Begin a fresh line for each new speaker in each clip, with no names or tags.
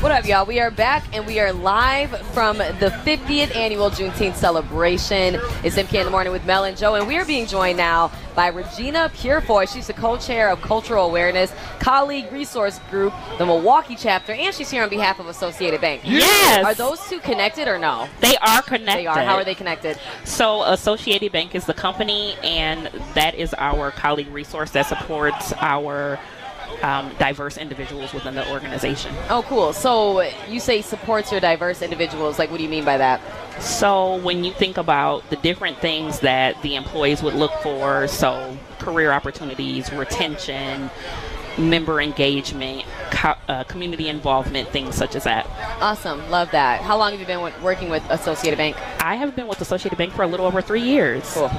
What up, y'all? We are back and we are live from the 50th annual Juneteenth celebration. It's MK in the morning with Mel and Joe, and we are being joined now by Regina Purefoy. She's the co-chair of Cultural Awareness Colleague Resource Group, the Milwaukee chapter, and she's here on behalf of Associated Bank.
Yes.
Are those two connected or no?
They are connected.
They are. How are they connected?
So, Associated Bank is the company, and that is our colleague resource that supports our um, diverse individuals within the organization.
Oh, cool. So you say supports your diverse individuals. Like, what do you mean by that?
So, when you think about the different things that the employees would look for, so career opportunities, retention, member engagement, co- uh, community involvement, things such as that.
Awesome. Love that. How long have you been w- working with Associated Bank?
I have been with Associated Bank for a little over three years.
Cool.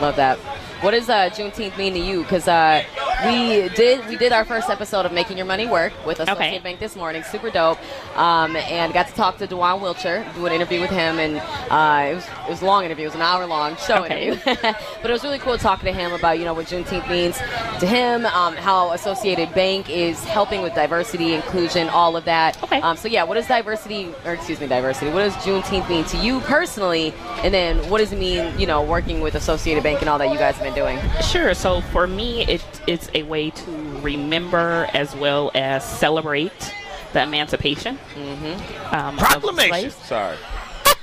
Love that. What does uh, Juneteenth mean to you? Because uh, we did we did our first episode of Making Your Money Work with Associated
Okay.
Bank this morning. Super dope. Um, and got to talk to Dewan Wilcher, do an interview with him, and uh, it was it was a long interview. It was an hour long show
Okay.
interview, but it was really cool talking to him about you know what Juneteenth means to him, um, how Associated Bank is helping with diversity, inclusion, all of that.
Okay.
Um, so yeah, what does diversity, or excuse me, diversity? What does Juneteenth mean to you personally? And then what does it mean, you know, working with Associated Bank and all that you guys have been doing?
Sure. So for me, it, it's a way to remember as well as celebrate the emancipation. Mm-hmm. Um, of
Proclamation.
slaves.
Sorry.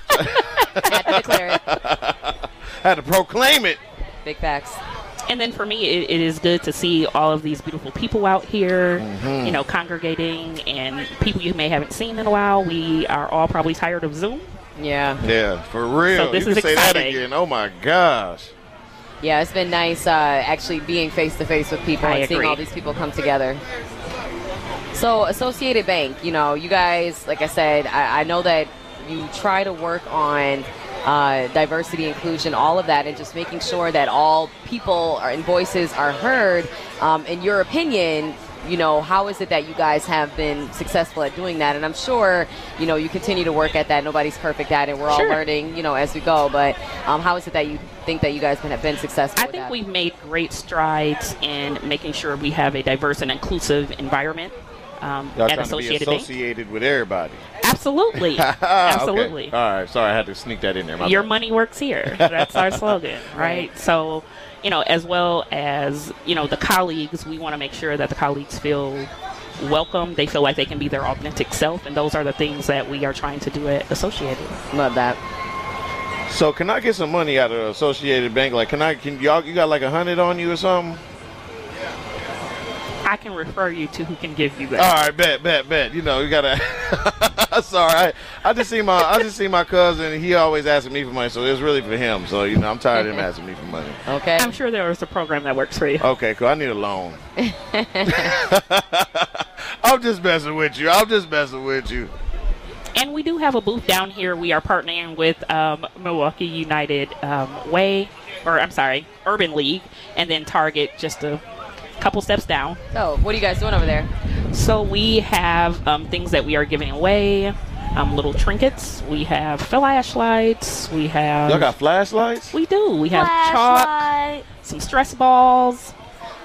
I had to declare it.
Had to proclaim it.
Big facts.
And then for me, it, it is good to see all of these beautiful people out here,
Mm-hmm.
you know, congregating and people you may haven't seen in a while. We are all probably tired of Zoom.
Yeah.
Yeah, for real.
So this
you
is
can say that
exciting.
again. Oh my gosh.
Yeah, it's been nice uh, actually being face to face with people
I
and seeing
agree.
all these people come together. So, Associated Bank, you know, you guys, like I said, I, I know that you try to work on uh, diversity, inclusion, all of that, and just making sure that all people are, and voices are heard. Um, in your opinion, you know, how is it that you guys have been successful at doing that? And I'm sure, you know, you continue to work at that. Nobody's perfect at it. We're all
Sure.
learning, you know, as we go. But um, how is it that you think that you guys have been successful?
I
with
think
that?
we've made great strides in making sure we have a diverse and inclusive environment um,
Y'all
at
trying to be
Associated Bank.
associated with everybody.
Absolutely.
Ah, okay.
Absolutely.
All right. Sorry, I had to sneak that in there. My
Your
bad.
money works here. That's our slogan, right? So, you know, as well as, you know, the colleagues, we want to make sure that the colleagues feel welcome. They feel like they can be their authentic self. And those are the things that we are trying to do at Associated.
Love that.
So can I get some money out of Associated Bank? Like, can I? Can y'all? You got like a hundred on you or something?
I can refer you to who can give you
All
that.
right, bet, bet, bet. You know, you gotta. Sorry, I, I just see my, I just see my cousin. He always asking me for money, so it's really for him. So you know, I'm tired of him asking me for money.
Okay.
I'm sure there is a program that works for you.
Okay, cool. I need a loan. I'm just messing with you. I'm just messing with you.
And we do have a booth down here. We are partnering with um, Milwaukee United um, Way, or I'm sorry, Urban League, and then Target just a couple steps down.
So, what are you guys doing over there?
So we have um, things that we are giving away, um, little trinkets. We have flashlights. We have.
Y'all got flashlights?
we do. We have chalk,
Flashlight.
some stress balls.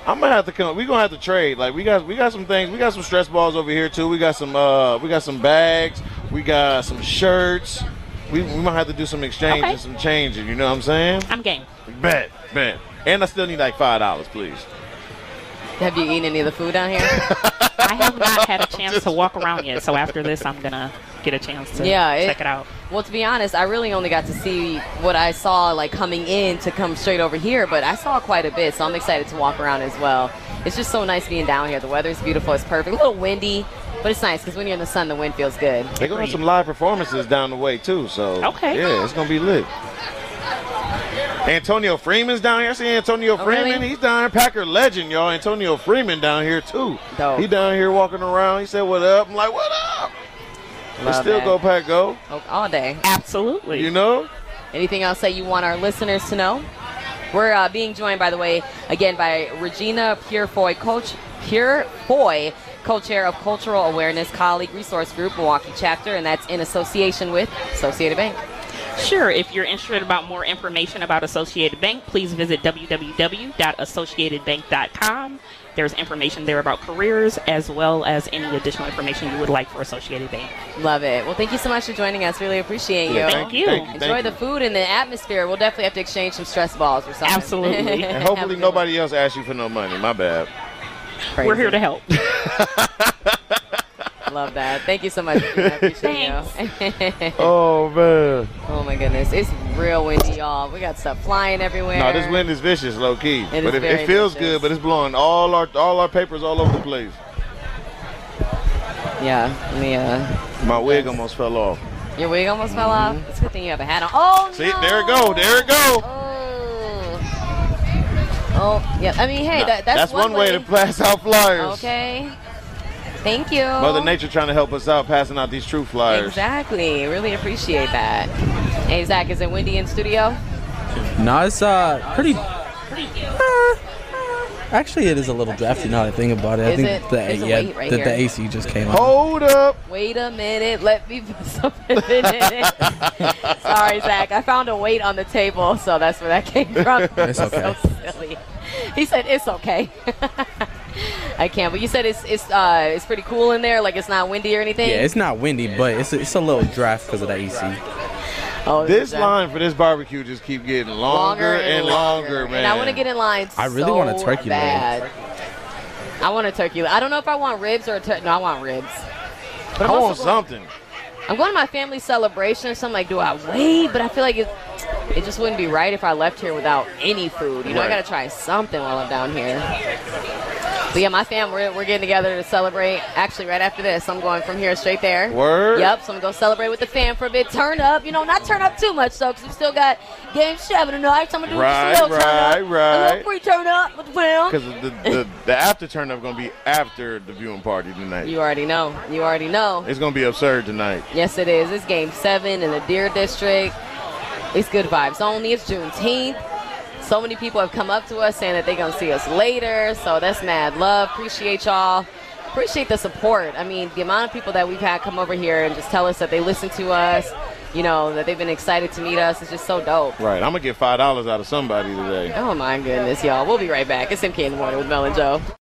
I'm gonna have to come. We gonna have to trade. Like we got, we got some things. We got some stress balls over here too. We got some, uh, we got some bags. We got some shirts. We, we might have to do some exchange
Okay.
and some changing. You know what I'm saying?
I'm game.
Bet, bet. And I still need like five dollars, please.
Have you eaten any of the food down here?
I have not had a chance to walk around yet, so after this, I'm gonna get a chance to
Yeah, it-
check it out.
well, to be honest, I really only got to see what I saw like coming in to come straight over here, but I saw quite a bit, so I'm excited to walk around as well. It's just so nice being down here. The weather's beautiful. It's perfect. A little windy, but it's nice because when you're in the sun, the wind feels good.
They're gonna have some live performances down the way too. So
Okay.
yeah, it's gonna be lit. Antonio Freeman's down here. I see Antonio
Oh,
Freeman.
really?
He's down here, Packer legend, y'all. Antonio Freeman down here too.
Dope.
He down here walking around. He said, "What up?" I'm like, "What up?" Let's
Love
still
that.
go, Pack. Go.
Oh, all day.
Absolutely.
You know.
Anything else that you want our listeners to know? We're uh, being joined, by the way, again by Regina Purefoy, coach Purefoy, co-chair of Cultural Awareness Colleague Resource Group Milwaukee chapter, and that's in association with Associated Bank.
Sure. If you're interested about more information about Associated Bank, please visit www.associatedbank.com. There's information there about careers as well as any additional information you would like for Associated Bank.
Love it. Well, thank you so much for joining us. Really appreciate you.
Yeah,
Thank you.
Thank you.
Enjoy
thank
the
you.
food and the atmosphere. We'll definitely have to exchange some stress balls or something.
Absolutely.
Have
And
a
hopefully
good
nobody else asks you for no money. My bad.
one.
We're here to
Crazy.
help.
Love that. Thank you so much. I appreciate you.
Oh man.
oh my goodness, it's real windy, y'all. We got stuff flying everywhere.
No, this wind is vicious, low key.
is
but it,
very
it feels
vicious.
good, but it's blowing all our all our papers all over the place.
Yeah, let me. Uh, Mm-hmm.
My wig almost fell off.
your wig almost fell off. It's a good thing you have a hat on. Oh
See,
no.
there it go, there it go.
Oh. Oh yeah. I mean, hey,
Nah,
that, that's,
one, way. to pass out flyers.
Okay. Thank you.
Mother Nature trying to help us out, passing out these true flyers.
Exactly. Really appreciate that. Hey Zach, is it windy in studio?
No, it's uh pretty. Uh, actually, it is a little drafty now that I think about it.
Is
I think
it? There's a
the, yeah,
weight right
the,
here. Oh.
the AC just came out.
Hold up.
Wait a minute. Let me put something in it. Sorry, Zach. I found a weight on the table, so that's where that came from.
It's okay.
So silly. He said it's okay. I can't. But you said it's it's uh it's pretty cool in there. Like it's not windy or anything.
Yeah, it's not windy, but it's a, it's a little draft because of the AC.
oh,
This
Zach.
line for this barbecue just keep getting longer, and longer, man.
And I want to get in line.
I really
so
want a turkey leg.
bad. I want a turkey. leg. I don't know if I want ribs or a tur- no. I want ribs. But
I
I'm also
want something.
I'm going to my family celebration, so I'm like, do I wait? But I feel like it, it just wouldn't be right if I left here without any food. You know, I
Right.
got to try something while I'm down here. But yeah, my fam, we're, we're getting together to celebrate. Actually, right after this, I'm going from here straight there.
Word.
Yep, so I'm going to go celebrate with the fam for a bit. Turn up, you know, not turn up too much, though, because we still got game seven tonight. So I'm going to do
Right,
just a little
right,
turn up. A little
right.
free turn up with the fam.
Because the, the, the after turn up going to be after the viewing party tonight.
You already know. You already know.
It's going to be absurd tonight.
Yes, it is. It's game seven in the Deer District. It's good vibes only. It's Juneteenth. So many people have come up to us saying that they're going to see us later. So that's mad love. Appreciate y'all. Appreciate the support. I mean, the amount of people that we've had come over here and just tell us that they listen to us, you know, that they've been excited to meet us. It's just so dope.
Right. I'm going to get $5 out of somebody today.
Oh my goodness, y'all. We'll be right back. It's MK in the morning with Mel and Joe.